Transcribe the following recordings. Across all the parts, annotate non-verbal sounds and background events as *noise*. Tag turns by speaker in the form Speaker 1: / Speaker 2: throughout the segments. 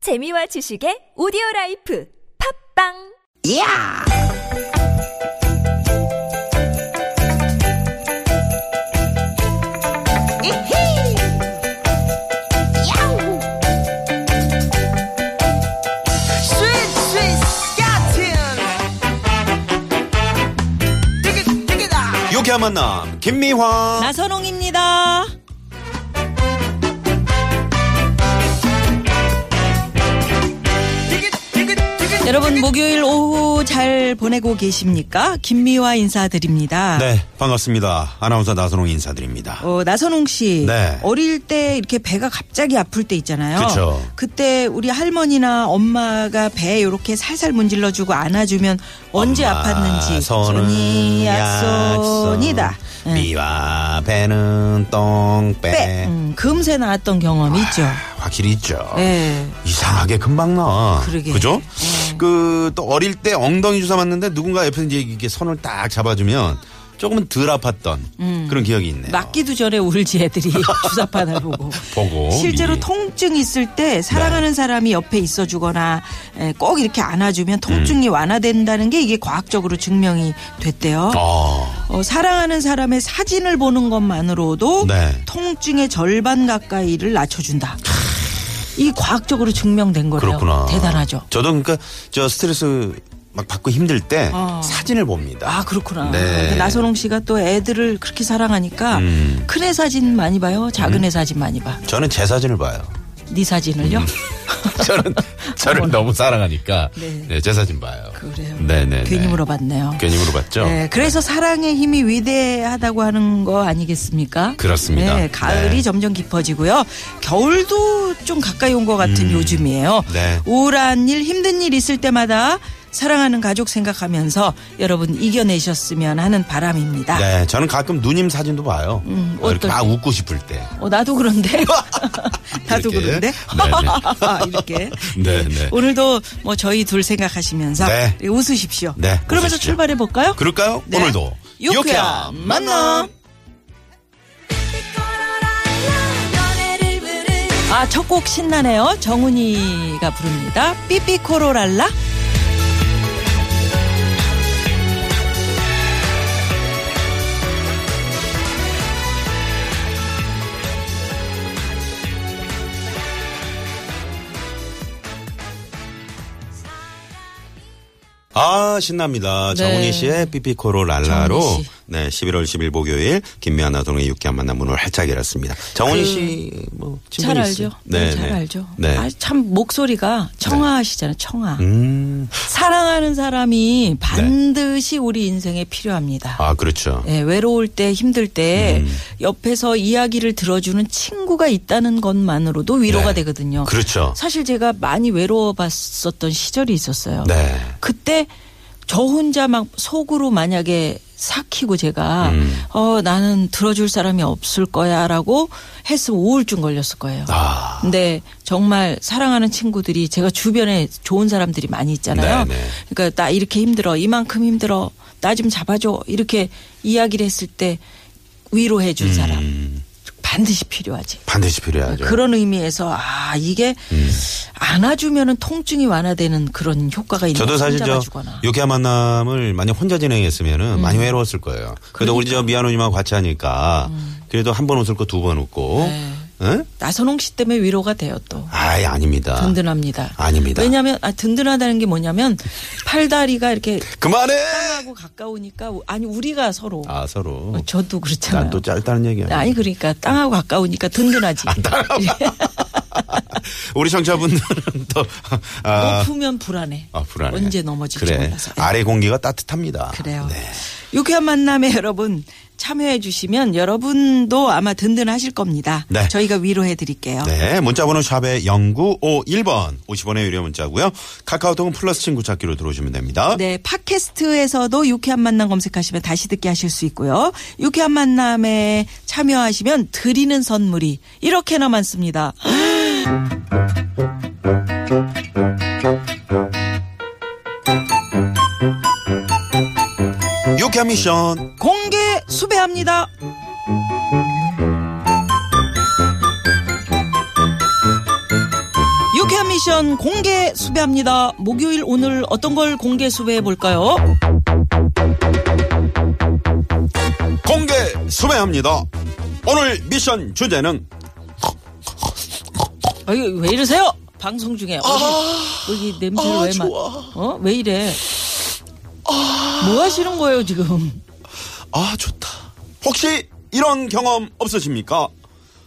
Speaker 1: 재미와 지식의 오디오 라이프 팝빵
Speaker 2: 야! 이히! 야우! 스윗 스윗 스카틴! 디귿 디귿아!
Speaker 3: 유쾌한 만남 김미화
Speaker 4: 나선홍입니다.
Speaker 2: 디귿 디귿 디귿
Speaker 4: 여러분 목요일 오후 잘 보내고 계십니까? 김미화 인사드립니다.
Speaker 3: 네 반갑습니다 아나운서 나선홍 인사드립니다
Speaker 4: 어, 나선홍 씨
Speaker 3: 네.
Speaker 4: 어릴 때 이렇게 배가 갑자기 아플 때 있잖아요.
Speaker 3: 그쵸.
Speaker 4: 때 우리 할머니나 엄마가 배 이렇게 살살 문질러 주고 안아주면 언제
Speaker 3: 엄마
Speaker 4: 아팠는지
Speaker 3: 손은
Speaker 4: 손이 약손이다.
Speaker 3: 약손이다
Speaker 4: 예.
Speaker 3: 미와 배는 똥배
Speaker 4: 빼. 음, 금세 나왔던 경험이 있죠.
Speaker 3: 확실히 있죠
Speaker 4: 예.
Speaker 3: 어. 이상하게 금방 나
Speaker 4: 그러게. 예.
Speaker 3: 그죠? 그 또 어릴 때 엉덩이 주사 맞는데 누군가 옆에서 이제 이게 손을 딱 잡아주면 조금은 덜 아팠던 그런 기억이 있네요
Speaker 4: 음. 맞기도 전에 울지
Speaker 3: *laughs*
Speaker 4: 애들이 주사바늘 보고.
Speaker 3: 보고
Speaker 4: 실제로
Speaker 3: 어, 미리. 네.
Speaker 4: 통증 있을 때 사랑하는 사람이 옆에 있어주거나 에, 꼭 이렇게 안아주면 통증이
Speaker 3: 음.
Speaker 4: 완화된다는 게 이게 과학적으로 증명이 됐대요.
Speaker 3: 어,
Speaker 4: 어, 사랑하는 사람의 사진을 보는 것만으로도
Speaker 3: 네.
Speaker 4: 통증의 절반 가까이를 낮춰준다. 이 과학적으로 증명된 거래요.
Speaker 3: 그렇구나
Speaker 4: 대단하죠.
Speaker 3: 저도 그러니까 저 스트레스 막 받고 힘들 때
Speaker 4: 어.
Speaker 3: 사진을 봅니다
Speaker 4: 아 그렇구나.
Speaker 3: 네.
Speaker 4: 나선홍 씨가 또 애들을 그렇게 사랑하니까
Speaker 3: 음.
Speaker 4: 큰 애 사진 많이 봐요. 작은 애 사진 많이 봐.
Speaker 3: 저는 제 사진을 봐요. *laughs*
Speaker 4: 네 사진을요?
Speaker 3: 음.
Speaker 4: *laughs*
Speaker 3: 저는 저를 너무 사랑하니까 네, 제 사진 봐요.
Speaker 4: 그래요.
Speaker 3: *laughs* 네네.
Speaker 4: 괜히 물어봤네요.
Speaker 3: 괜히 물어봤죠.
Speaker 4: 네, 그래서 사랑의 힘이 위대하다고 하는 거 아니겠습니까?
Speaker 3: 그렇습니다.
Speaker 4: 네, 가을이
Speaker 3: 네.
Speaker 4: 점점 깊어지고요. 겨울도 좀 가까이 온 것 같은 요즘이에요.
Speaker 3: 음, 네.
Speaker 4: 우울한 일, 힘든 일 있을 때마다 사랑하는 가족 생각하면서 여러분 이겨내셨으면 하는 바람입니다.
Speaker 3: 네, 저는 가끔 누님 사진도 봐요. 어, 이렇게
Speaker 4: 아. 음, 어떨
Speaker 3: 막 웃고 싶을 때.
Speaker 4: 어,
Speaker 3: *laughs*
Speaker 4: 나도 그런데. *laughs* 나도
Speaker 3: 이렇게. 네,
Speaker 4: 그런데.
Speaker 3: 네네.
Speaker 4: *laughs* 이렇게.
Speaker 3: *laughs* 네네.
Speaker 4: 오늘도 뭐 저희 둘 생각하시면서
Speaker 3: 네.
Speaker 4: 웃으십시오.
Speaker 3: 네,
Speaker 4: 그러면서
Speaker 3: 웃으십시오.
Speaker 4: 출발해 볼까요?
Speaker 3: 그럴까요?
Speaker 4: 네.
Speaker 3: 오늘도
Speaker 4: 유쾌한 만남. 아, 첫 곡 신나네요. 정훈이가 부릅니다. 삐삐코로랄라.
Speaker 3: 아, 신납니다.
Speaker 4: 네.
Speaker 3: 정훈이 씨의 삐삐코로 랄라로
Speaker 4: 정훈이 씨.
Speaker 3: 네, 11월 10일 목요일 김미아 나동의 유쾌한 만남 문을 활짝 열었습니다. 정훈이 씨뭐
Speaker 4: 그 잘 알죠?
Speaker 3: 네,
Speaker 4: 잘
Speaker 3: 네.
Speaker 4: 알죠?
Speaker 3: 네.
Speaker 4: 아, 참 목소리가 청아하시잖아요. 청아.
Speaker 3: 음. 네.
Speaker 4: 사랑하는 사람이 반드시 우리 인생에 필요합니다.
Speaker 3: 아, 그렇죠.
Speaker 4: 예, 외로울 때 힘들 때
Speaker 3: 음.
Speaker 4: 옆에서 이야기를 들어주는 친구가 있다는 것만으로도 위로가
Speaker 3: 네.
Speaker 4: 되거든요.
Speaker 3: 그렇죠.
Speaker 4: 사실 제가 많이 외로워봤었던 시절이 있었어요.
Speaker 3: 네.
Speaker 4: 그때 저 혼자 막 속으로 만약에 삭히고 제가
Speaker 3: 음.
Speaker 4: 어 나는 들어줄 사람이 없을 거야라고 했으면 우울증 걸렸을 거예요.
Speaker 3: 아.
Speaker 4: 근데 네, 정말 사랑하는 친구들이 제가 주변에 좋은 사람들이 많이 있잖아요.
Speaker 3: 네, 네.
Speaker 4: 그러니까 나 이렇게 힘들어, 이만큼 힘들어, 나 좀 잡아줘 이렇게 이야기를 했을 때 위로해
Speaker 3: 음.
Speaker 4: 준 사람 반드시 필요하지.
Speaker 3: 반드시 필요하죠. 음.
Speaker 4: 그런 의미에서 아 이게 안아주면은 통증이 완화되는 그런 효과가 있는
Speaker 3: 저도 사실
Speaker 4: 혼자가
Speaker 3: 저
Speaker 4: 주거나. 음.
Speaker 3: 유쾌한 만남을 만약 혼자 진행했으면은 많이 외로웠을 거예요. 그래도
Speaker 4: 그러니까.
Speaker 3: 우리 저 미아노님하고 같이 하니까
Speaker 4: 음.
Speaker 3: 그래도 한 번 웃을 거 두 번 웃고,
Speaker 4: 네.
Speaker 3: 응?
Speaker 4: 나선홍 씨 때문에 위로가 돼요 또.
Speaker 3: 아이 아닙니다.
Speaker 4: 든든합니다.
Speaker 3: 아닙니다.
Speaker 4: 왜냐하면 아, 든든하다는 게 뭐냐면 팔다리가 이렇게
Speaker 3: 그만해.
Speaker 4: 하고 가까우니까 아니 우리가 서로
Speaker 3: 아 서로.
Speaker 4: 아, 뭐. 어, 저도 그렇잖아요.
Speaker 3: 난 또 아, 짧다는 얘기야.
Speaker 4: 아니 그러니까 땅하고 가까우니까 든든하지.
Speaker 3: *laughs*
Speaker 4: 예.
Speaker 3: 우리 청자분들은 또 아,
Speaker 4: 높으면 불안해.
Speaker 3: 아, 불안해.
Speaker 4: 어, 언제 넘어질지
Speaker 3: 그래.
Speaker 4: 몰라서.
Speaker 3: 아래 공기가 따뜻합니다.
Speaker 4: 그래요.
Speaker 3: 네.
Speaker 4: 유쾌한 만남에 여러분 참여해 주시면 여러분도 아마 든든하실 겁니다.
Speaker 3: 네.
Speaker 4: 저희가 위로해 드릴게요.
Speaker 3: 네, 문자번호 샵에 0951번 50원의 유료 문자고요. 카카오톡은 플러스 친구 찾기로 들어오시면 됩니다.
Speaker 4: 네, 팟캐스트에서도 유쾌한 만남 검색하시면 다시 듣게 하실 수 있고요. 유쾌한 만남에 참여하시면 드리는 선물이 이렇게나 많습니다.
Speaker 3: 유쾌한 미션.
Speaker 4: 공개 수배합니다. 유쾌한 뮤지션 공개 수배합니다. 목요일 오늘 어떤 걸 공개 수배해 볼까요?
Speaker 3: 공개 수배합니다. 오늘 미션 주제는
Speaker 4: 아유, 왜 이러세요? 방송
Speaker 3: 아,
Speaker 4: 중에. 여기, 여기 냄새를 왜 맡? 어? 왜 이래? 뭐 하시는 거예요, 지금?
Speaker 3: 아 좋다. 혹시 이런 경험 없으십니까?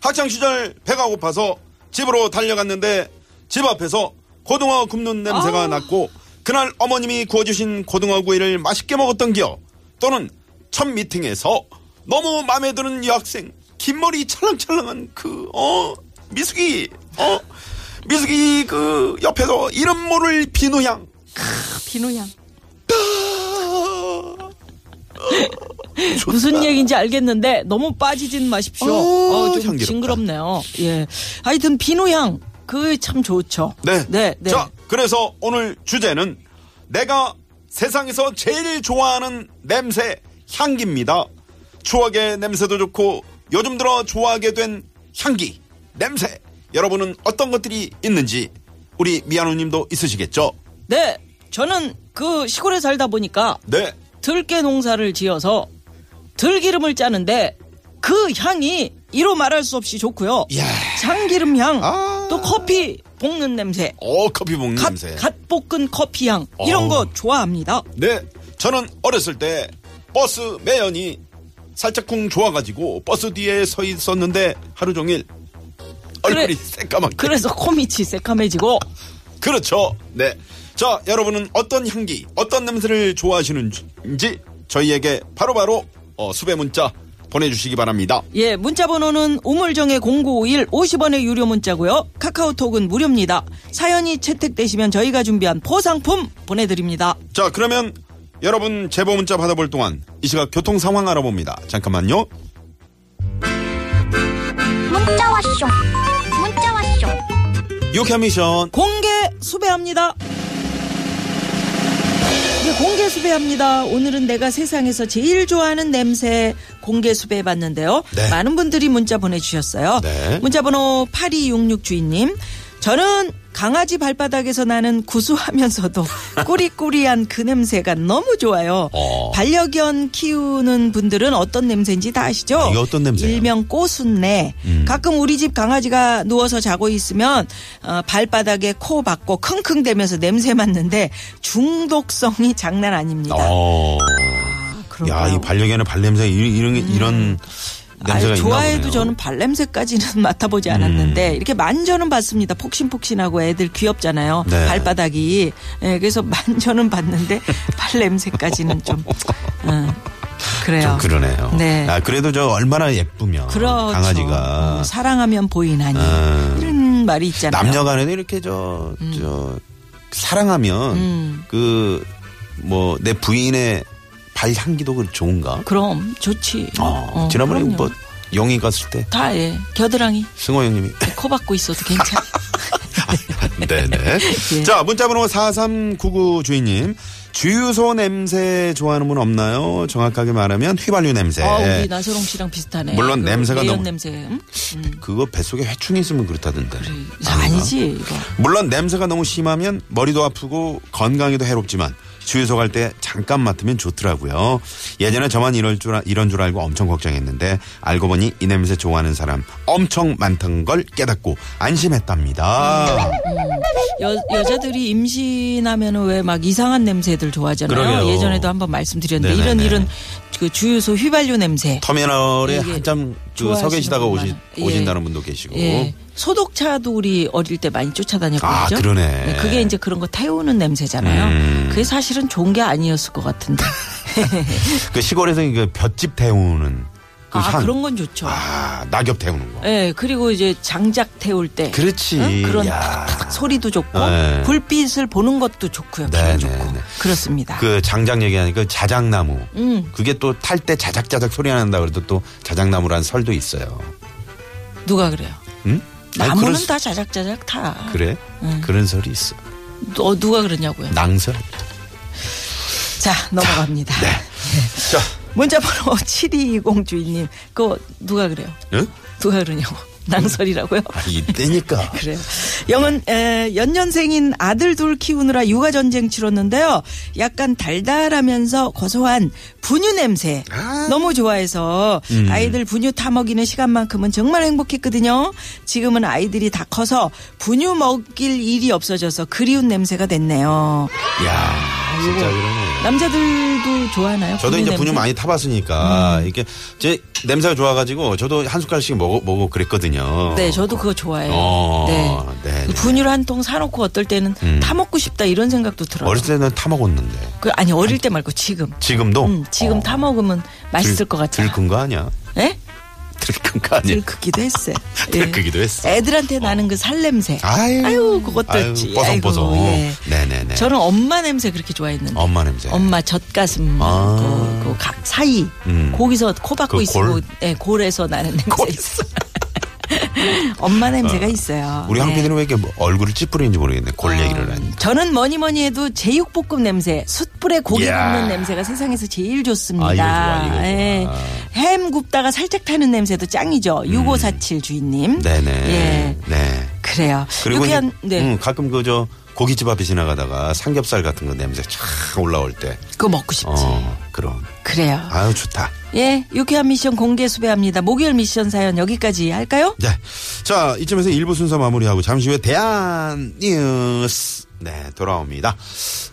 Speaker 3: 학창 시절 배가 고파서 집으로 달려갔는데 집 앞에서 고등어 굽는
Speaker 4: 아.
Speaker 3: 냄새가 났고 그날 어머님이 구워주신 고등어 구이를 맛있게 먹었던 기억 또는 첫 미팅에서 너무 마음에 드는 여학생 긴 머리 찰랑찰랑한 그 어 미숙이 어 미숙이 그 옆에서 이름 모를 비누향
Speaker 4: 비누향.
Speaker 3: 아.
Speaker 4: 무슨 얘기인지 알겠는데 너무 빠지진 마십시오.
Speaker 3: 어,
Speaker 4: 어, 좀
Speaker 3: 향기롭다.
Speaker 4: 징그럽네요. 예. 하여튼 비누향 그게 참 좋죠.
Speaker 3: 네.
Speaker 4: 네, 네.
Speaker 3: 자, 그래서 오늘 주제는 내가 세상에서 제일 좋아하는 냄새 향기입니다. 추억의 냄새도 좋고 요즘 들어 좋아하게 된 향기, 냄새. 여러분은 어떤 것들이 있는지 우리 미아노 님도 있으시겠죠?
Speaker 4: 네. 저는 그 시골에 살다 보니까
Speaker 3: 네.
Speaker 4: 들깨 농사를 지어서 들기름을 짜는데 그 향이 이로 말할 수 없이 좋고요.
Speaker 3: 야.
Speaker 4: 참기름 향,
Speaker 3: 아.
Speaker 4: 또 커피 볶는 냄새,
Speaker 3: 어, 커피 볶는
Speaker 4: 갓,
Speaker 3: 냄새.
Speaker 4: 갓 볶은 커피 향 이런
Speaker 3: 어우.
Speaker 4: 거 좋아합니다.
Speaker 3: 네. 저는 어렸을 때 버스 매연이 살짝쿵 좋아가지고 버스 뒤에 서 있었는데 하루 종일 얼굴이
Speaker 4: 그래.
Speaker 3: 새까맣게
Speaker 4: 그래서 *laughs* 코밑이 새카매지고
Speaker 3: 그렇죠. 네. 자, 여러분은 어떤 향기, 어떤 냄새를 좋아하시는지 저희에게 바로바로 어, 수배 문자 보내주시기 바랍니다.
Speaker 4: 예, 문자 번호는 우물정의 0951 50원의 유료 문자고요. 카카오톡은 무료입니다. 사연이 채택되시면 저희가 준비한 포상품 보내드립니다.
Speaker 3: 자, 그러면 여러분 제보 문자 받아볼 동안 이 시각 교통 상황 알아봅니다. 잠깐만요.
Speaker 5: 문자 왔쇼 문자 왔쇼
Speaker 3: 유캐미션.
Speaker 4: 공개 수배합니다. 네, 공개 수배합니다. 오늘은 내가 세상에서 제일 좋아하는 냄새 공개 수배해봤는데요.
Speaker 3: 네.
Speaker 4: 많은 분들이 문자 보내주셨어요.
Speaker 3: 네.
Speaker 4: 문자번호 8266 주인님. 저는 강아지 발바닥에서 나는
Speaker 3: *laughs*
Speaker 4: 구수하면서도 꾸리꾸리한 그 냄새가 너무 좋아요.
Speaker 3: 어.
Speaker 4: 반려견 키우는 분들은 어떤 냄새인지 다 아시죠?
Speaker 3: 이게 어떤 냄새예요?
Speaker 4: 일명 꼬순내.
Speaker 3: 음.
Speaker 4: 가끔 우리 집 강아지가 누워서 자고 있으면 어, 발바닥에 코 박고 킁킁대면서 냄새 맡는데 중독성이 장난 아닙니다.
Speaker 3: 어.
Speaker 4: 아, 그런가요? 음.
Speaker 3: 야, 이 반려견의 발냄새 이- 이런 게- 이런 냄새가 있나
Speaker 4: 아유, 좋아해도
Speaker 3: 보네요. 음.
Speaker 4: 저는 발냄새까지는 *laughs* 맡아보지 않았는데 이렇게 만져는 봤습니다. 폭신폭신하고 애들 귀엽잖아요.
Speaker 3: 네.
Speaker 4: 발바닥이. 예, 그래서 *laughs* 만져는 봤는데 발냄새까지는 좀 어, 그래요.
Speaker 3: 좀 그러네요.
Speaker 4: 네.
Speaker 3: 아, 그래도 저 얼마나 예쁘면
Speaker 4: 그렇죠.
Speaker 3: 강아지가
Speaker 4: 어, 사랑하면 보이나니
Speaker 3: 음.
Speaker 4: 이런 말이 있잖아요.
Speaker 3: 남녀간에도 이렇게 저,
Speaker 4: 음.
Speaker 3: 저, 사랑하면, 그, 뭐, 내 부인의 발 향기도 그 좋은가?
Speaker 4: 그럼 좋지.
Speaker 3: 어,
Speaker 4: 어,
Speaker 3: 지난번에
Speaker 4: 그럼요.
Speaker 3: 뭐, 영희 갔을 때,
Speaker 4: 다 예. 겨드랑이
Speaker 3: 승호
Speaker 4: *laughs*
Speaker 3: 형님이.
Speaker 4: 코 박고 있어도
Speaker 3: *laughs*
Speaker 4: 괜찮아.
Speaker 3: 네네.
Speaker 4: 예.
Speaker 3: 자, 문자번호 4399 주인님. 주유소 냄새 좋아하는 분 없나요? 정확하게 말하면 휘발유 냄새.
Speaker 4: 아, 우리 나서롱 씨랑 비슷하네.
Speaker 3: 네. 물론 냄새가
Speaker 4: 매연
Speaker 3: 너무- 음.
Speaker 4: 냄새. 응? 음.
Speaker 3: 그거 뱃속에 회충이 있으면 그렇다던데. 아닌가?
Speaker 4: 아니지 이거.
Speaker 3: 물론 냄새가 너무 심하면 머리도 아프고 건강에도 해롭지만 주유소 갈 때 잠깐 맡으면 좋더라고요. 예전에 저만 이럴 줄, 아- 이런 줄 알고 엄청 걱정했는데 알고 보니 이 냄새 좋아하는 사람 엄청 많던 걸 깨닫고 안심했답니다.
Speaker 4: 여, 여자들이 임신하면 왜 막 이상한 냄새들 좋아하잖아요.
Speaker 3: 그러게요.
Speaker 4: 예전에도 한번 말씀드렸는데
Speaker 3: 네네네. 아,
Speaker 4: 이런 이런 그 주유소 휘발유 냄새.
Speaker 3: 터미널에
Speaker 4: 이게
Speaker 3: 한참 그 서
Speaker 4: 좋아하시는
Speaker 3: 계시다가
Speaker 4: 분
Speaker 3: 오시,
Speaker 4: 많아요. 예.
Speaker 3: 오신다는 분도 계시고.
Speaker 4: 예. 소독차도 우리 어릴 때 많이 쫓아다녔거든요.
Speaker 3: 아, 그러네.
Speaker 4: 네, 그게 이제 그런 거 태우는 냄새잖아요.
Speaker 3: 음.
Speaker 4: 그게 사실은 좋은 게 아니었을 것 같은데.
Speaker 3: 그 시골에서 그 볏짚 태우는 *laughs* 그
Speaker 4: 아,
Speaker 3: 향.
Speaker 4: 그런 건 좋죠.
Speaker 3: 아, 낙엽 태우는 거.
Speaker 4: 예, 그리고 이제 장작 태울 때.
Speaker 3: 그렇지.
Speaker 4: 응? 그런
Speaker 3: 야.
Speaker 4: 탁탁탁 소리도 좋고
Speaker 3: 네.
Speaker 4: 불빛을 보는 것도 좋고요. 기분
Speaker 3: 네,
Speaker 4: 좋고.
Speaker 3: 네, 네.
Speaker 4: 그렇습니다.
Speaker 3: 그 장작 얘기하니까 자작나무.
Speaker 4: 음.
Speaker 3: 그게 또 탈 때 자작자작 소리 난다 그래도 또 자작나무란 설도 있어요.
Speaker 4: 누가 그래요?
Speaker 3: 응? 아니,
Speaker 4: 나무는
Speaker 3: 그럴 수-
Speaker 4: 다 자작자작 타.
Speaker 3: 그래? 그런 설이 있어.
Speaker 4: 어, 누가 그러냐고요.
Speaker 3: 낭설.
Speaker 4: 자, 넘어갑니다.
Speaker 3: 네. 자,
Speaker 4: *laughs* 문자 번호 7220 주인님. 그거 누가 그래요?
Speaker 3: 응? 아,
Speaker 4: 누가 그러냐고.
Speaker 3: 음.
Speaker 4: 낭설이라고요? *laughs*
Speaker 3: 이때니까.
Speaker 4: 그래요. 영은 에, 연년생인 아들 둘 키우느라 육아 전쟁 치렀는데요. 약간 달달하면서 고소한 분유 냄새
Speaker 3: 아.
Speaker 4: 너무 좋아해서
Speaker 3: 음.
Speaker 4: 아이들 분유 타 먹이는 시간만큼은 정말 행복했거든요. 지금은 아이들이 다 커서 분유 먹일 일이 없어져서 그리운 냄새가 됐네요.
Speaker 3: 야 진짜 그러네.
Speaker 4: 남자들도 좋아하나요?
Speaker 3: 저도 이제 분유
Speaker 4: 냄새? 음.
Speaker 3: 많이 타봤으니까 이렇게 제 냄새가 좋아가지고 저도 한 숟갈씩 먹어 먹고 그랬거든요.
Speaker 4: 네, 저도 그거 좋아해요.
Speaker 3: 어,
Speaker 4: 네.
Speaker 3: 네, 네.
Speaker 4: 분유를 한 통 사놓고 어떨 때는 타 먹고 싶다 이런 생각도 들어요.
Speaker 3: 어릴 때는 타 먹었는데
Speaker 4: 그 아니 어릴 때 말고 지금.
Speaker 3: 지금도
Speaker 4: 음, 지금
Speaker 3: 어,
Speaker 4: 타 먹으면 맛있을
Speaker 3: 들-
Speaker 4: 것 같아요.
Speaker 3: 들큰 거 아니야? *laughs*
Speaker 4: 예?
Speaker 3: 들큰 거 아니야?
Speaker 4: 들크기도 했어요. 예.
Speaker 3: *laughs* 들크기도 했어.
Speaker 4: 애들한테 나는 그 살 냄새.
Speaker 3: 아유,
Speaker 4: 아유, 그것도
Speaker 3: 아유,
Speaker 4: 있지.
Speaker 3: 뽀송뽀송.
Speaker 4: 아이고, 예.
Speaker 3: 네네네.
Speaker 4: 저는 엄마 냄새 그렇게 좋아했는데.
Speaker 3: 엄마 냄새.
Speaker 4: 엄마 젖가슴
Speaker 3: 아.
Speaker 4: 그, 그 가- 사이
Speaker 3: 음.
Speaker 4: 거기서 코 박고
Speaker 3: 그
Speaker 4: 있고
Speaker 3: 골?
Speaker 4: 예, 골에서 나는 냄새 있어. *laughs* 엄마 냄새가 있어요.
Speaker 3: 아. 우리
Speaker 4: 네. 아.
Speaker 3: 황 PD는 왜 이렇게 뭐 얼굴을 찌푸리는지 모르겠네. 골 얘기를 하니.
Speaker 4: 저는 뭐니 뭐니 해도 제육볶음 냄새, 숯불에 고기
Speaker 3: 이야.
Speaker 4: 굽는 냄새가 세상에서 제일 좋습니다.
Speaker 3: 아, 이거 좋아, 이거 좋아.
Speaker 4: 예. 햄 굽다가 살짝 타는 냄새도 짱이죠. 6547 주인님.
Speaker 3: 음. 네네.
Speaker 4: 예.
Speaker 3: 네.
Speaker 4: 그래요.
Speaker 3: 그리고
Speaker 4: 유쾌한,
Speaker 3: 이-
Speaker 4: 네.
Speaker 3: 음, 가끔 그 저 고깃집 앞에 지나가다가 삼겹살 같은 거 냄새 촥 올라올 때.
Speaker 4: 그거 먹고 싶지.
Speaker 3: 어, 그럼.
Speaker 4: 그래요.
Speaker 3: 아유, 좋다.
Speaker 4: 예. 유쾌한 미션 공개 수배합니다. 목요일 미션 사연 여기까지 할까요?
Speaker 3: 네. 자, 이쯤에서 일부 순서 마무리하고 잠시 후에 대한 뉴스. 네, 돌아옵니다.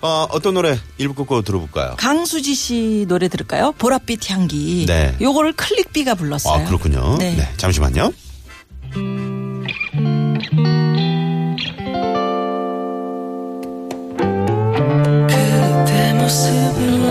Speaker 3: 어, 어떤 노래 일부 끝곡 들어볼까요?
Speaker 4: 강수지 씨 노래 들을까요? 보랏빛 향기.
Speaker 3: 네.
Speaker 4: 요거를 클릭비가 불렀어요.
Speaker 3: 아, 그렇군요.
Speaker 4: 네.
Speaker 3: 네 잠시만요.
Speaker 2: 그대 모습을